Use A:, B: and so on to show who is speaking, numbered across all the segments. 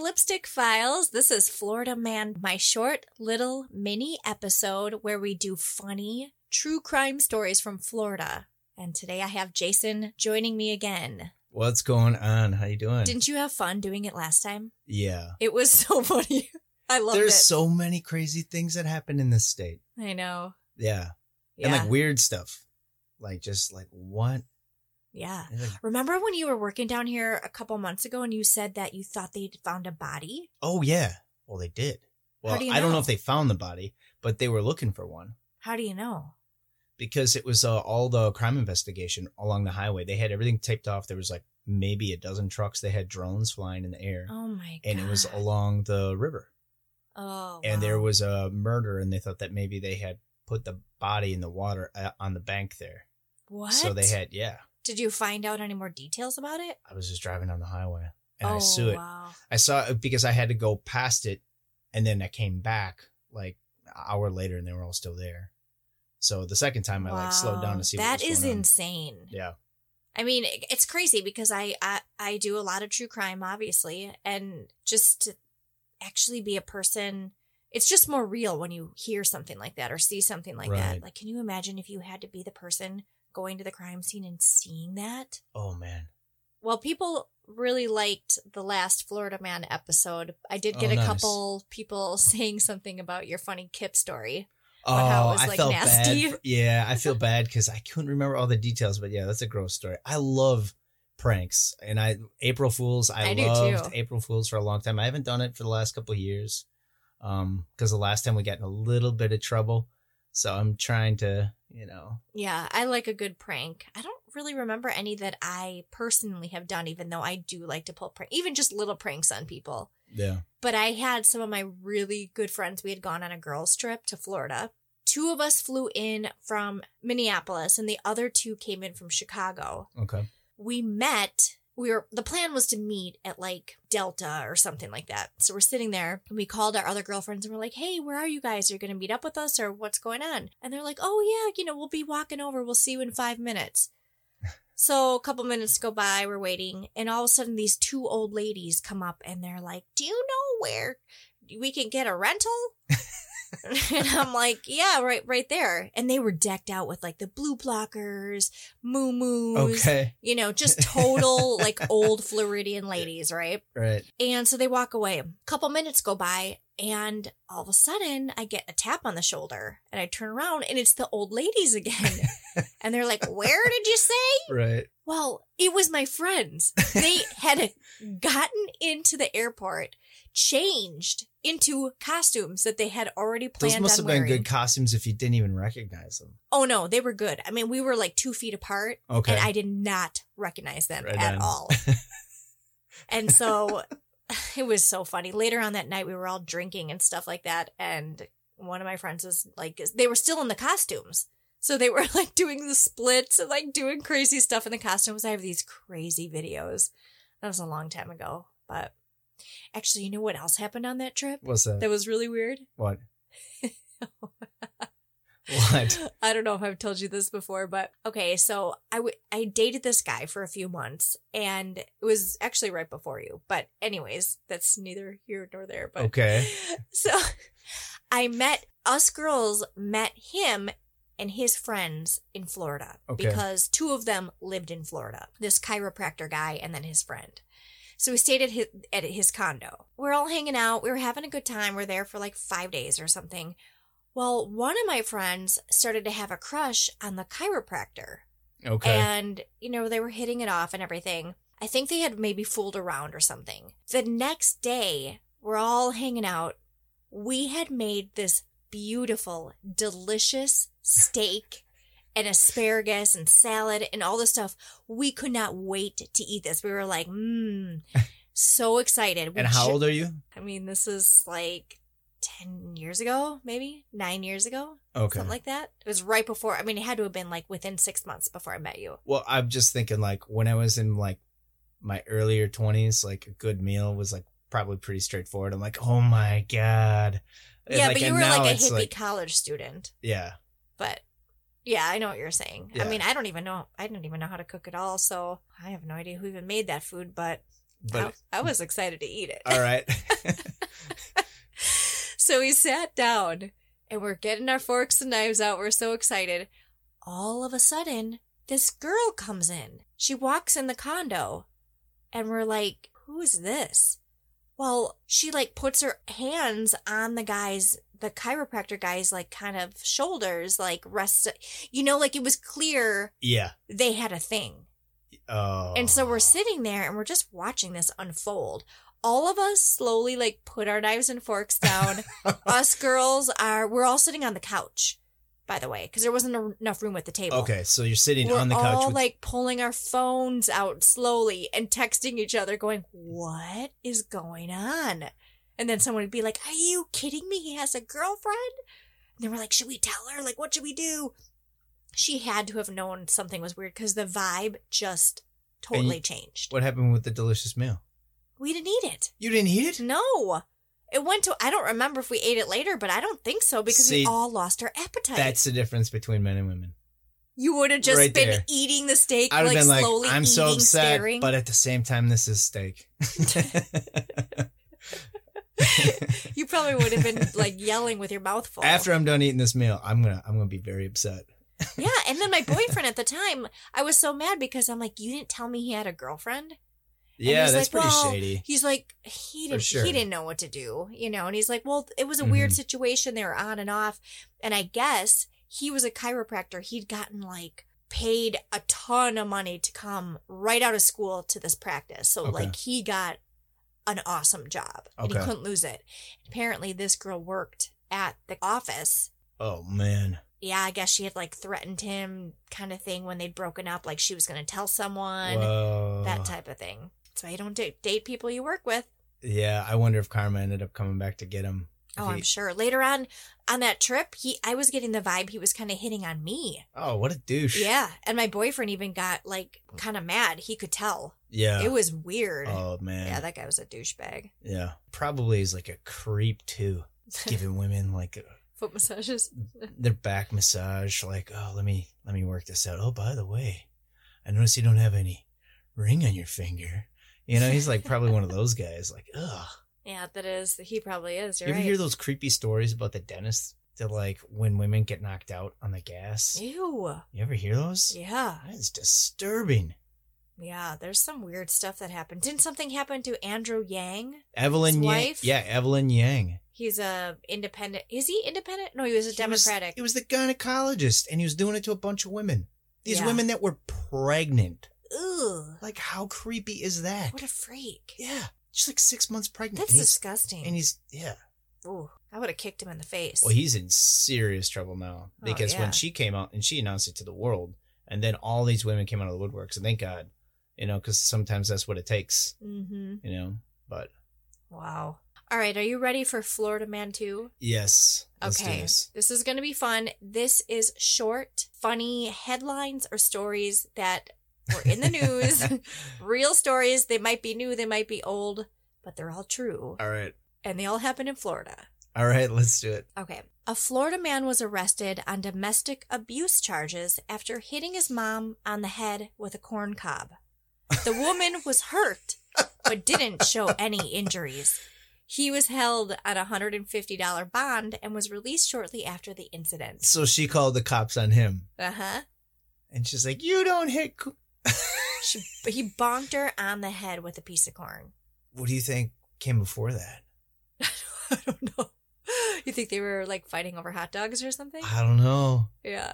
A: Lipstick Files. This is Florida Man, my short little mini episode where we do funny true crime stories from Florida. And today I have Jason joining me again.
B: What's going on? How you doing?
A: Didn't you have fun doing it last time?
B: yeah.
A: It was so funny. I loved
B: There's
A: it.
B: so many crazy things that happen in this state.
A: I know.
B: Yeah.
A: Yeah.
B: And like weird stuff. Like just like what?
A: yeah.
B: And, like,
A: Remember when you were working down here a couple months ago and you said that you thought they'd found a body?
B: oh yeah. Well they did.
A: How
B: Well,
A: do you
B: I don't
A: know?
B: know if they found the body, but they were looking for one
A: How do you know?
B: because it was uh, all the crime investigation along the highway. They had everything taped off. There was like maybe a dozen trucks. They had drones flying in the air.
A: Oh my god.
B: And it was along the river.
A: Oh.
B: and there
A: wow.
B: was a murder and they thought that maybe they had put the body in the water uh, on the bank there
A: What?
B: so they had yeah
A: Did you find out any more details about it?
B: i was just driving down the highway and
A: oh,
B: i saw it
A: Wow.
B: i saw it because i had to go past it and then i came back like an hour later and they were all still there so the second time i like slowed down
A: Wow.
B: to see
A: That
B: what was
A: is
B: going on.
A: insane.
B: yeah
A: I mean, it- it's crazy because I, I I do a lot of true crime, obviously, and just to actually be a person, it's just more real when you hear something like that or see something like that.
B: Right.
A: Like, can you imagine if you had to be the person going to the crime scene and seeing that?
B: oh man
A: Well, people really liked the last Florida Man episode. I did get
B: Oh,
A: a
B: nice.
A: couple people saying something about your funny Kip story.
B: oh
A: But how it was,
B: i
A: like,
B: felt
A: nasty.
B: bad for- yeah i feel bad because i couldn't remember all the details but yeah that's a gross story i love pranks and i april fools i,
A: I do
B: loved
A: too.
B: april fools for a long time i haven't done it for the last couple of years um because the last time we got in a little bit of trouble so i'm trying to you know
A: Yeah, I like a good prank. I don't really remember any that I personally have done, even though I do like to pull prank, even just little pranks on people.
B: yeah
A: But I had some of my really good friends. We had gone on a girls' trip to Florida. Two of us flew in from Minneapolis, and the other two came in from Chicago.
B: okay
A: We met. We were the plan was to meet at like Delta or something like that. So we're sitting there and we called our other girlfriends and we're like, "Hey, where are you guys? Are you going to meet up with us or what's going on?" And they're like, "Oh yeah, you know, we'll be walking over. We'll see you in 5 minutes." So a couple minutes go by, we're waiting, and all of a sudden these two old ladies come up and they're like, "Do you know where we can get a rental?" and I'm like, "Yeah, right right there." And they were decked out with like the blue blockers, moo moos,
B: okay
A: you know, just total like old Floridian ladies, right?
B: right
A: And so they walk away. A couple minutes go by, and all of a sudden, I get a tap on the shoulder, and I turn around, and it's the old ladies again. and they're like, "Where did you say?"
B: right
A: Well, it was my friends. They had gotten into the airport, changed into costumes that they had already planned
B: those must
A: on
B: have been
A: wearing.
B: good costumes if you didn't even recognize them
A: oh no, they were good. I mean, we were like two feet apart.
B: okay
A: and I did not recognize them
B: Right
A: at
B: on.
A: all. and so it was so funny. Later on that night, we were all drinking and stuff like that, and one of my friends was like, they were still in the costumes. So they were like doing the splits and like doing crazy stuff in the costumes. I have these crazy videos. That was a long time ago, but actually, you know what else happened on that trip?
B: what's that
A: That was really weird.
B: what what
A: I don't know if I've told you this before, but okay, so I w- I dated this guy for a few months, and it was actually right before you. But anyways, that's neither here nor there. But
B: Okay.
A: so I met us girls met him and his friends in Florida
B: Okay.
A: because two of them lived in Florida. This chiropractor guy and then his friend. So we stayed at his at his condo. We're all hanging out. We were having a good time. We're there for like five days or something. Well, one of my friends started to have a crush on the chiropractor.
B: Okay.
A: And, you know, they were hitting it off and everything. I think they had maybe fooled around or something. The next day, we're all hanging out. We had made this beautiful, delicious steak and asparagus and salad and all this stuff. We could not wait to eat this. We were like, mmm, so excited. We
B: and how
A: ju-
B: old are you?
A: I mean, this is like 10 years ago, maybe nine years ago,
B: Okay.
A: something like that. It was right before, I mean, it had to have been like within six months before I met you.
B: Well, I'm just thinking like when I was in like my earlier 20s, like a good meal was like probably pretty straightforward. I'm like, oh my god. And,
A: yeah, but you
B: and
A: were
B: now
A: like a
B: it's,
A: hippie college student.
B: yeah.
A: But yeah, I know what you're saying. I
B: Yeah.
A: mean, I don't even know. I don't even know how to cook at all. So I have no idea who even made that food, but
B: But
A: I, I was excited to eat it.
B: all right.
A: So we sat down and we're getting our forks and knives out. We're so excited. All of a sudden, this girl comes in. She walks in the condo and we're like, who's this? Well, she like puts her hands on the guy's, the chiropractor guy's like kind of shoulders, like rest, you know, like it was clear
B: yeah.
A: they had a thing.
B: Oh.
A: And so we're sitting there and we're just watching this unfold. All of us slowly like put our knives and forks down. us girls are we're all sitting on the couch, by the way, because there wasn't a- enough room at the table.
B: Okay, so you're sitting
A: We're
B: on the couch
A: all
B: with
A: like pulling our phones out slowly and texting each other, going, "What is going on?" And then someone would be like, "Are you kidding me? He has a girlfriend." And then we're like, "Should we tell her? Like, what should we do?" She had to have known something was weird because the vibe just
B: you-
A: totally changed.
B: what happened with the delicious meal?
A: We didn't eat it.
B: You didn't eat it?
A: No. It went to I don't remember if we ate it later, but I don't think so because
B: See,
A: we all lost our appetite.
B: That's the difference between men and women.
A: you would have just
B: right
A: been
B: there.
A: eating the steak
B: I would
A: like
B: have been like,
A: slowly
B: I'm
A: eating,
B: so upset,
A: staring.
B: but at the same time, this is steak.
A: you probably would have been like yelling with your mouth full.
B: After I'm done eating this meal, I'm gonna I'm gonna be very upset.
A: yeah, and then my boyfriend at the time, I was so mad because I'm like, you didn't tell me he had a girlfriend.
B: Yeah,
A: he's
B: that's
A: like,
B: pretty
A: "Well,
B: shady.
A: He's like, he didn't,
B: sure.
A: he didn't know what to do, you know. And he's like, well, it was a weird
B: Mhm.
A: situation. They were on and off, and I guess he was a chiropractor. He'd gotten like paid a ton of money to come right out of school to this practice, so
B: Okay.
A: like he got an awesome job and he
B: Okay.
A: couldn't lose it. Apparently, this girl worked at the office.
B: Oh man.
A: Yeah, I guess she had like threatened him, kind of thing, when they'd broken up. Like she was going to tell someone,
B: Whoa.
A: that type of thing. So you don't date, date people you work with.
B: Yeah, I wonder if Karma ended up coming back to get him.
A: Oh, I'm
B: He-
A: sure. Later on on that trip, he I was getting the vibe he was kind of hitting on me.
B: Oh, what a douche.
A: Yeah, and my boyfriend even got like kind of mad. He could tell.
B: Yeah.
A: It was weird.
B: oh man.
A: yeah, that guy was a douchebag.
B: yeah. Probably is like a creep too, giving women like
A: Foot massages.
B: their back massage like oh let me let me work this out oh by the way i notice you don't have any ring on your finger you know he's like probably one of those guys like ugh
A: Yeah, that is. He probably is.
B: you
A: You're
B: ever
A: right.
B: hear those creepy stories about the dentist that like when women get knocked out on the gas
A: Ew.
B: you ever hear those
A: Yeah.
B: that is disturbing
A: Yeah. There's some weird stuff that happened. Didn't something happen to Andrew Yang?
B: evelyn
A: His
B: yang
A: wife?
B: yeah evelyn yang
A: He's a independent. Is he independent? No, he was a Democratic.
B: he was, he was the gynecologist and he was doing it to a bunch of women these
A: Yeah.
B: women that were pregnant
A: Ew.
B: like how creepy is that
A: What a freak.
B: Yeah, she's like six months pregnant.
A: That's
B: and he's,
A: disgusting.
B: and he's yeah.
A: Ooh, I would have kicked him in the face.
B: Well, he's in serious trouble now
A: Oh,
B: because
A: yeah.
B: when she came out and she announced it to the world, and then all these women came out of the woodworks, and thank God, you know, because sometimes that's what it takes,
A: mm-hmm.
B: you know. But
A: Wow. All right, are you ready for Florida Man 2?
B: yes, let's do
A: Okay.
B: this.
A: This is going to be fun. This is short, funny headlines or stories that were in the news. Real stories. They might be new, they might be old, but they're all true.
B: all right,
A: And they all happen in Florida.
B: all right, let's do it.
A: Okay. A Florida man was arrested on domestic abuse charges after hitting his mom on the head with a corn cob. The woman was hurt, but didn't show any injuries. He was held on a $150 bond and was released shortly after the incident.
B: So she called the cops on him,
A: Uh huh.
B: and she's like, "You don't hit." Co-.
A: But he bonked her on the head with a piece of corn.
B: What do you think came before that?
A: I don't know. You think they were like fighting over hot dogs or something?
B: I don't know.
A: Yeah.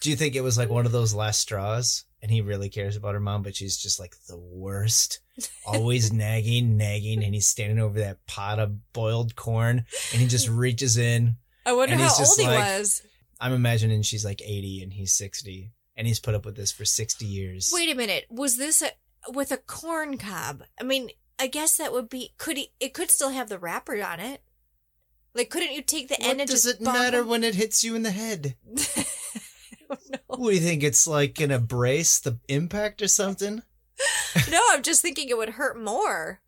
B: Do you think it was like one of those last straws and he really cares about her mom, but she's just like the worst? Always nagging, nagging, and he's standing over that pot of boiled corn and he just reaches in.
A: I wonder
B: And
A: how
B: he's just
A: old he
B: like-
A: was.
B: I'm imagining she's like 80 and he's 60 and he's put up with this for 60 years.
A: Wait a minute. Was this a, with a corn cob? I mean, I guess that would be could he, it could still have the wrapper on it. Like, couldn't you take the
B: what
A: end and
B: does
A: just
B: it matter when it hits you in the head?
A: I don't know.
B: What do you think? It's like gonna brace the impact or something?
A: No, I'm just thinking it would hurt more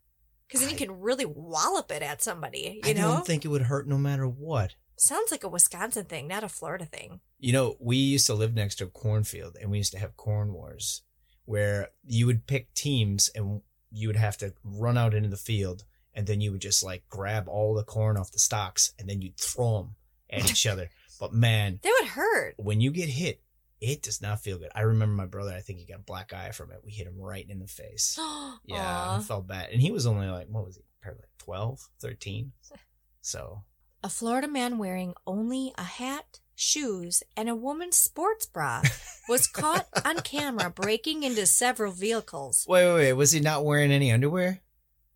A: because then you
B: I-
A: can really wallop it at somebody. You
B: I
A: know,
B: don't think it would hurt no matter what.
A: sounds like a Wisconsin thing, not a Florida thing.
B: You know, we used to live next to a cornfield and we used to have corn wars where you would pick teams and you would have to run out into the field and then you would just like grab all the corn off the stalks and then you'd throw them at each other. But man,
A: That would hurt.
B: when you get hit, it does not feel good. I remember my brother, I think he got a black eye from it. We hit him right in the face. Yeah, I
A: Aw.
B: felt bad. And he was only like, what was he? Probably like 12, 13. So,
A: A Florida man wearing only a hat, shoes, and a woman's sports bra was caught on camera breaking into several vehicles.
B: wait, wait, wait. Was he not wearing any underwear?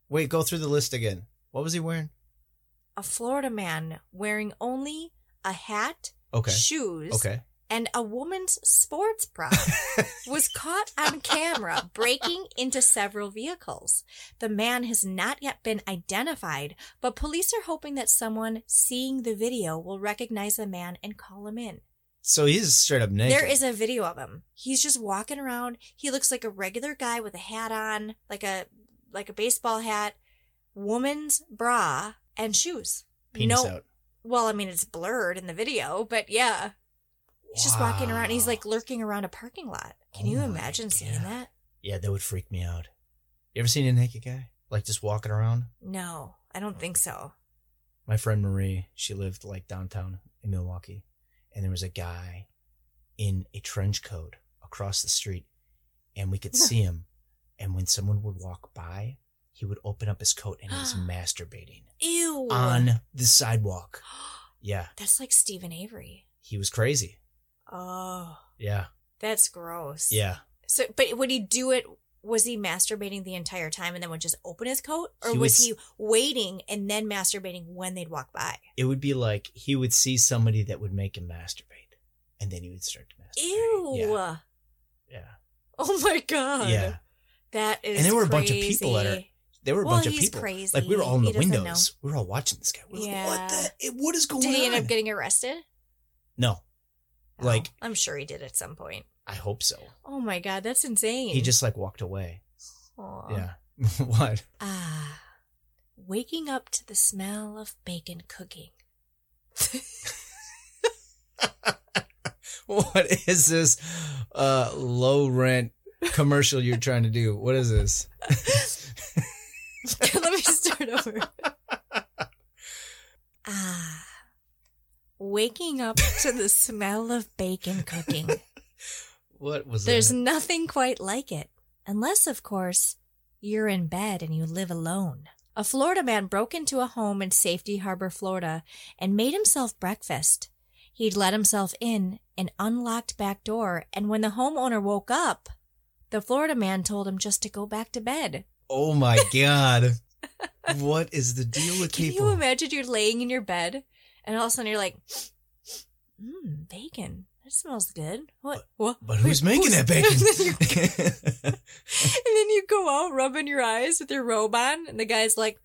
B: Wait, go through the list again. What was he wearing?
A: A Florida man wearing only a hat,
B: Okay.
A: shoes,
B: Okay.
A: and a woman's sports bra was caught on camera breaking into several vehicles. The man has not yet been identified, but police are hoping that someone seeing the video will recognize the man and call him in.
B: So he's straight up naked.
A: There is a video of him. He's just walking around. He looks like a regular guy with a hat on, like a like a baseball hat, woman's bra, and shoes.
B: penis
A: no,
B: out.
A: well, I mean it's blurred in the video, but yeah. He's just walking around. He's
B: Wow.
A: like lurking around a parking lot. Can
B: Oh
A: you
B: my
A: imagine seeing
B: God.
A: that?
B: Yeah, that would freak me out. You ever seen a naked guy? Like just walking around?
A: No, I don't think so.
B: My friend Marie, she lived like downtown in Milwaukee, and there was a guy in a trench coat across the street, and we could see him. And when someone would walk by, he would open up his coat and he was masturbating
A: Ew.
B: on the sidewalk. Yeah,
A: That's like Stephen Avery.
B: he was crazy.
A: Oh,
B: Yeah,
A: that's gross.
B: yeah.
A: So, but would he do it? Was he masturbating the entire time and then would just open his coat, or
B: He
A: was,
B: was-
A: he waiting and then masturbating when they'd walk by?
B: It would be like he would see somebody that would make him masturbate, and then he would start to masturbate.
A: Ew.
B: Yeah, yeah.
A: Oh my god.
B: yeah.
A: That is.
B: And there were a bunch of people at her-
A: crazy.
B: There were a
A: Well,
B: bunch of
A: he's
B: people.
A: crazy.
B: Like we were all in
A: He
B: the
A: doesn't
B: windows. We were all watching this guy. We were like,
A: Yeah.
B: what the? it- What is going
A: Did
B: on?
A: he end up getting arrested?
B: no,
A: No.
B: Like-
A: I'm sure he did at some point.
B: I hope so.
A: Oh my god, that's insane.
B: He just like walked away.
A: Aw.
B: Yeah. what?
A: Ah, waking up to the smell of bacon cooking.
B: What is this uh, low rent commercial you're trying to do? What is this?
A: Let me start over. ah, waking up to the smell of bacon cooking.
B: What was
A: There's
B: that?
A: nothing quite like it. Unless, of course, you're in bed and you live alone. A Florida man broke into a home in Safety Harbor, Florida, and made himself breakfast. He'd let himself in an unlocked back door, and when the homeowner woke up, the Florida man told him just to go back to bed.
B: oh my god! what is the deal with
A: Can
B: people?
A: you imagine you're laying in your bed and all of a sudden you're like, mmm, bacon. That smells good. What? what?
B: but who's
A: Wait,
B: making
A: who's-
B: that bacon?
A: And then you go out rubbing your eyes with your robe on, and the guy's like,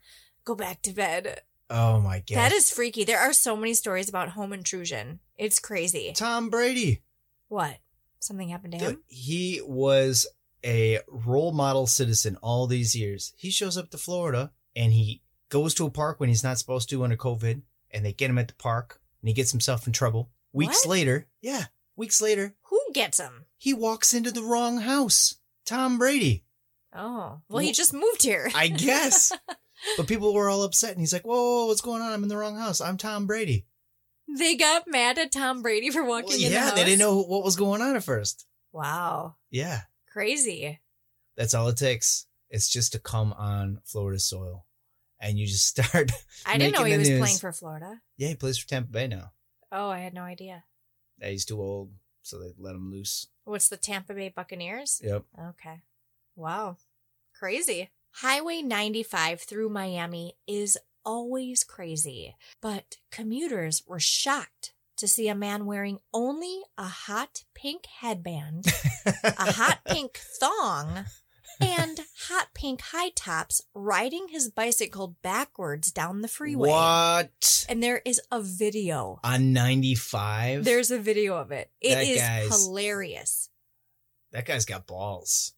A: go back to bed.
B: oh my god!
A: That is freaky. There are so many stories about home intrusion. It's crazy.
B: Tom Brady.
A: What? Something happened to
B: Dude,
A: him?
B: he was a role model citizen all these years. He shows up to Florida and he goes to a park when he's not supposed to under COVID, and they get him at the park and he gets himself in trouble. Weeks
A: What?
B: later, yeah, weeks later,
A: Who gets him?
B: he walks into the wrong house. Tom Brady,
A: Oh, well, he
B: Wh-
A: just moved here.
B: I guess. but people were all upset, and he's like, "Whoa, whoa, whoa, what's going on? I'm in the wrong house. I'm Tom Brady."
A: They got mad at Tom Brady for walking
B: Well,
A: in the
B: yeah,
A: house.
B: they didn't know what was going on at first.
A: Wow,
B: Yeah,
A: crazy.
B: That's all it takes. It's just to come on Florida soil, and you just start.
A: I didn't know
B: Making
A: he
B: the
A: was
B: news.
A: playing for Florida.
B: yeah, he plays for Tampa Bay now.
A: Oh, I had no idea.
B: Yeah, he's too old, so they let him loose.
A: What's the Tampa Bay Buccaneers?
B: Yep.
A: Okay. Wow. Crazy. Highway 95 through Miami is always crazy, but commuters were shocked to see a man wearing only a hot pink headband, a hot pink thong, and hot pink high tops riding his bicycle backwards down the freeway.
B: What
A: And there is a video.
B: on ninety five?
A: There's a video of it. It
B: That
A: is
B: guy's-
A: hilarious.
B: that guy's got balls.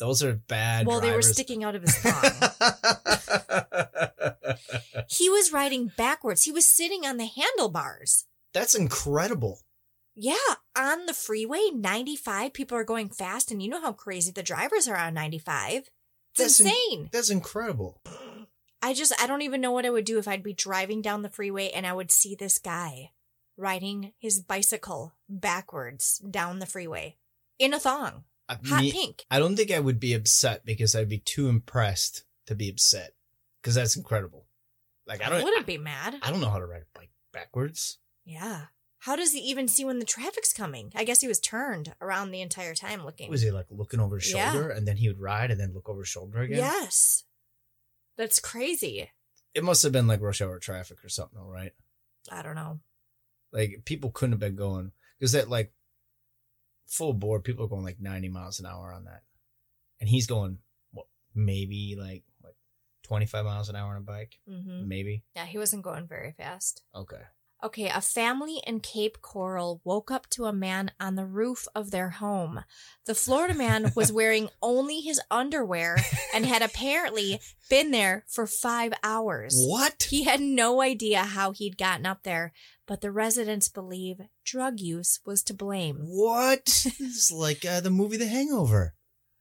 B: Those are bad.
A: Well, they were
B: drivers.
A: sticking out of his thong. He was riding backwards. He was sitting on the handlebars.
B: That's incredible.
A: Yeah, on the freeway, 95, people are going fast. And you know how crazy the drivers are on 95. It's
B: That's in-
A: insane.
B: That's incredible.
A: I just I don't even know what I would do if I'd be driving down the freeway and I would see this guy riding his bicycle backwards down the freeway in a thong,
B: I,
A: hot
B: Uh, me-
A: pink.
B: I don't think I would be upset because I'd be too impressed to be upset because that's incredible. Like I
A: I
B: don't,
A: wouldn't be mad.
B: I don't know how to ride a bike backwards.
A: Yeah. How does he even see when the traffic's coming? I guess he was turned around the entire time looking.
B: Was he like looking over his
A: Yeah.
B: shoulder and then he would ride and then look over his shoulder again?
A: Yes. That's crazy.
B: It must have been like rush hour traffic or something, all right?
A: I don't know.
B: Like people couldn't have been going because that like full bore people are going like 90 miles an hour on that. And he's going what maybe like like 25 miles an hour on a bike,
A: hmm
B: maybe.
A: Yeah, he wasn't going very fast.
B: Okay.
A: Okay, a family in Cape Coral woke up to a man on the roof of their home. The Florida man was wearing only his underwear and had apparently been there for five hours.
B: What?
A: He had no idea how he'd gotten up there, but the residents believe drug use was to blame.
B: What? it's like uh, the movie The Hangover.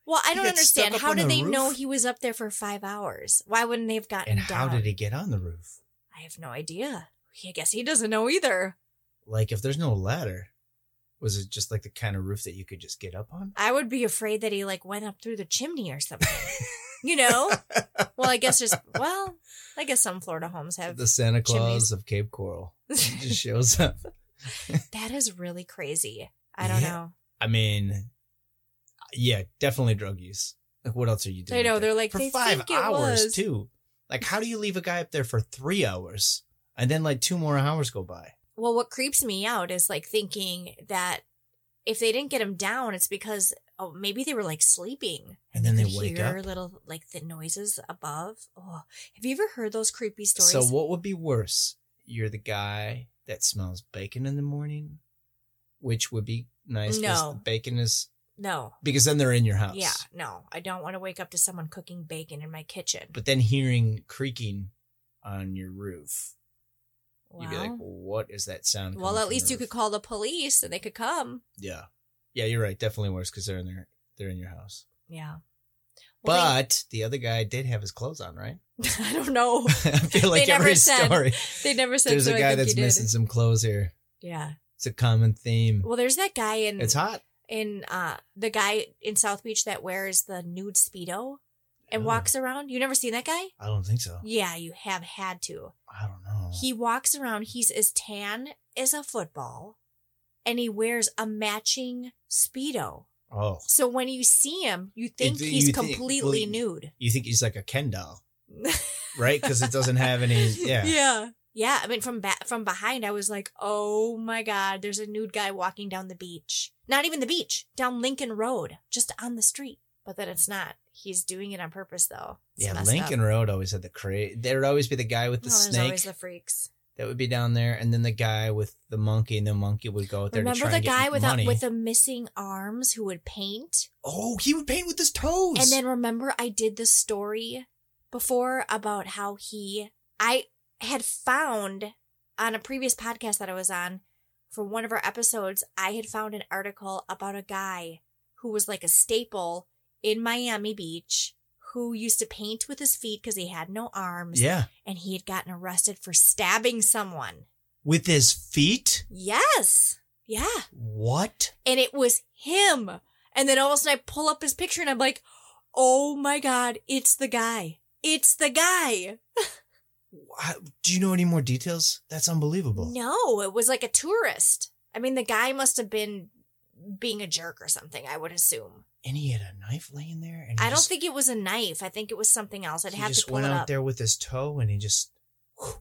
A: Well, I
B: He
A: don't
B: got stuck
A: understand.
B: up
A: How
B: on
A: did
B: the
A: they know
B: roof?
A: he was up there for five hours? Why wouldn't they have gotten
B: And how
A: down?
B: did he get on the roof?
A: I have no idea. I guess he doesn't know either.
B: Like, if there's no ladder, was it just like the kind of roof that you could just get up on?
A: I would be afraid that he like went up through the chimney or something. you know? Well, I guess just well, I guess some Florida homes have.
B: the Santa Claus
A: chimneys.
B: of Cape Coral He just shows up.
A: that is really crazy. I don't
B: Yeah.
A: know.
B: I mean, yeah, definitely drug use. Like, what else are you doing?
A: I know,
B: up there?
A: they're like,
B: for
A: "They
B: five
A: think it
B: hours
A: was."
B: too. Like, how do you leave a guy up there for three hours and then like two more hours go by?
A: Well, what creeps me out is like thinking that if they didn't get him down, it's because oh maybe they were like sleeping
B: And then they
A: could
B: wake
A: hear
B: up.
A: little like the noises above. Oh, have you ever heard those creepy stories?
B: So, what would be worse? You're the guy that smells bacon in the morning, which would be nice. 'cause
A: No.
B: the bacon is
A: no,
B: because then they're in your house.
A: yeah, no, I don't want to wake up to someone cooking bacon in my kitchen.
B: But then hearing creaking on your roof,
A: Wow.
B: you'd be like, "What is that sound?"
A: well,
B: coming
A: at
B: from
A: least
B: the
A: you could
B: roof?"
A: call the police and they could come.
B: Yeah, yeah, you're right. Definitely worse because they're in their they're in your house.
A: Yeah. Well,
B: But the other guy did have his clothes on, right?
A: they- I don't know.
B: I feel like
A: never
B: every
A: said.
B: story,
A: They never said.
B: there's
A: so
B: a
A: I
B: guy
A: think
B: that's
A: you did.
B: missing some clothes here.
A: Yeah.
B: It's a common theme.
A: Well, there's that guy in
B: It's hot.
A: in uh the guy in South Beach that wears the nude speedo and
B: Oh.
A: walks around. You never seen that guy?
B: I don't think so.
A: Yeah, you have had to.
B: I don't know.
A: He walks around. He's as tan as a football, and he wears a matching speedo.
B: oh,
A: So when you see him, you think
B: do-
A: he's
B: you think-
A: completely
B: well,
A: nude.
B: you think he's like a Ken doll, right? Because it doesn't have any. Yeah.
A: yeah yeah i mean from ba- from behind i was like oh my god there's a nude guy walking down the beach not even the beach down lincoln road just on the street but then it's not he's doing it on purpose though It's
B: Yeah,
A: messed
B: Lincoln
A: up.
B: Road always had the crazy. There'd always be the guy with
A: Oh,
B: the
A: there's
B: snake
A: always the freaks
B: that would be down there, and then the guy with the monkey, and the monkey would go out there. to
A: remember
B: try
A: the
B: and get
A: guy with
B: money.
A: the, with the missing arms who would paint
B: oh, he would paint with his toes,
A: and then remember i did the story before about how he i had found on a previous podcast that i was on for one of our episodes i had found an article about a guy who was like a staple in miami beach who used to paint with his feet because he had no arms
B: yeah,
A: and he had gotten arrested for stabbing someone
B: with his feet.
A: yes yeah
B: What?
A: and it was him. And then all of a sudden I pull up his picture and I'm like, oh my God, it's the guy. It's the guy.
B: Wha- Do you know any more details? That's unbelievable.
A: No, it was like a tourist. I mean, the guy must have been being a jerk or something, I would assume.
B: And he had a knife laying there. And he
A: I don't
B: just-
A: think it was a knife. I think it was something else. I'd
B: he
A: have
B: just
A: to pull
B: went
A: it
B: out
A: up.
B: there with his toe, and he just whew,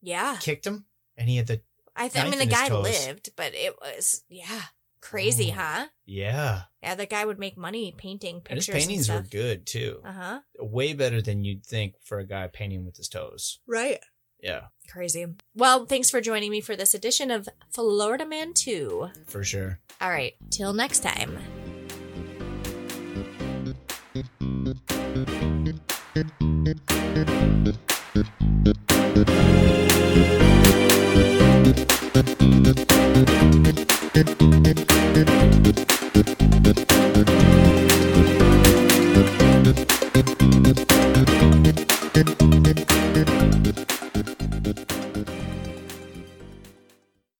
A: Yeah.
B: kicked him, and he had the
A: I, th- I mean,
B: Knife
A: the
B: in his
A: guy
B: toes.
A: lived, but it was, yeah, crazy,
B: Oh.
A: huh?
B: yeah.
A: Yeah, the guy would make money painting
B: And his
A: pictures.
B: paintings were
A: and stuff.
B: good too.
A: Uh huh.
B: way better than you'd think for a guy painting with his toes.
A: Right.
B: Yeah,
A: Crazy. Well, thanks for joining me for this edition of Florida Man 2.
B: for sure.
A: All right, till next time.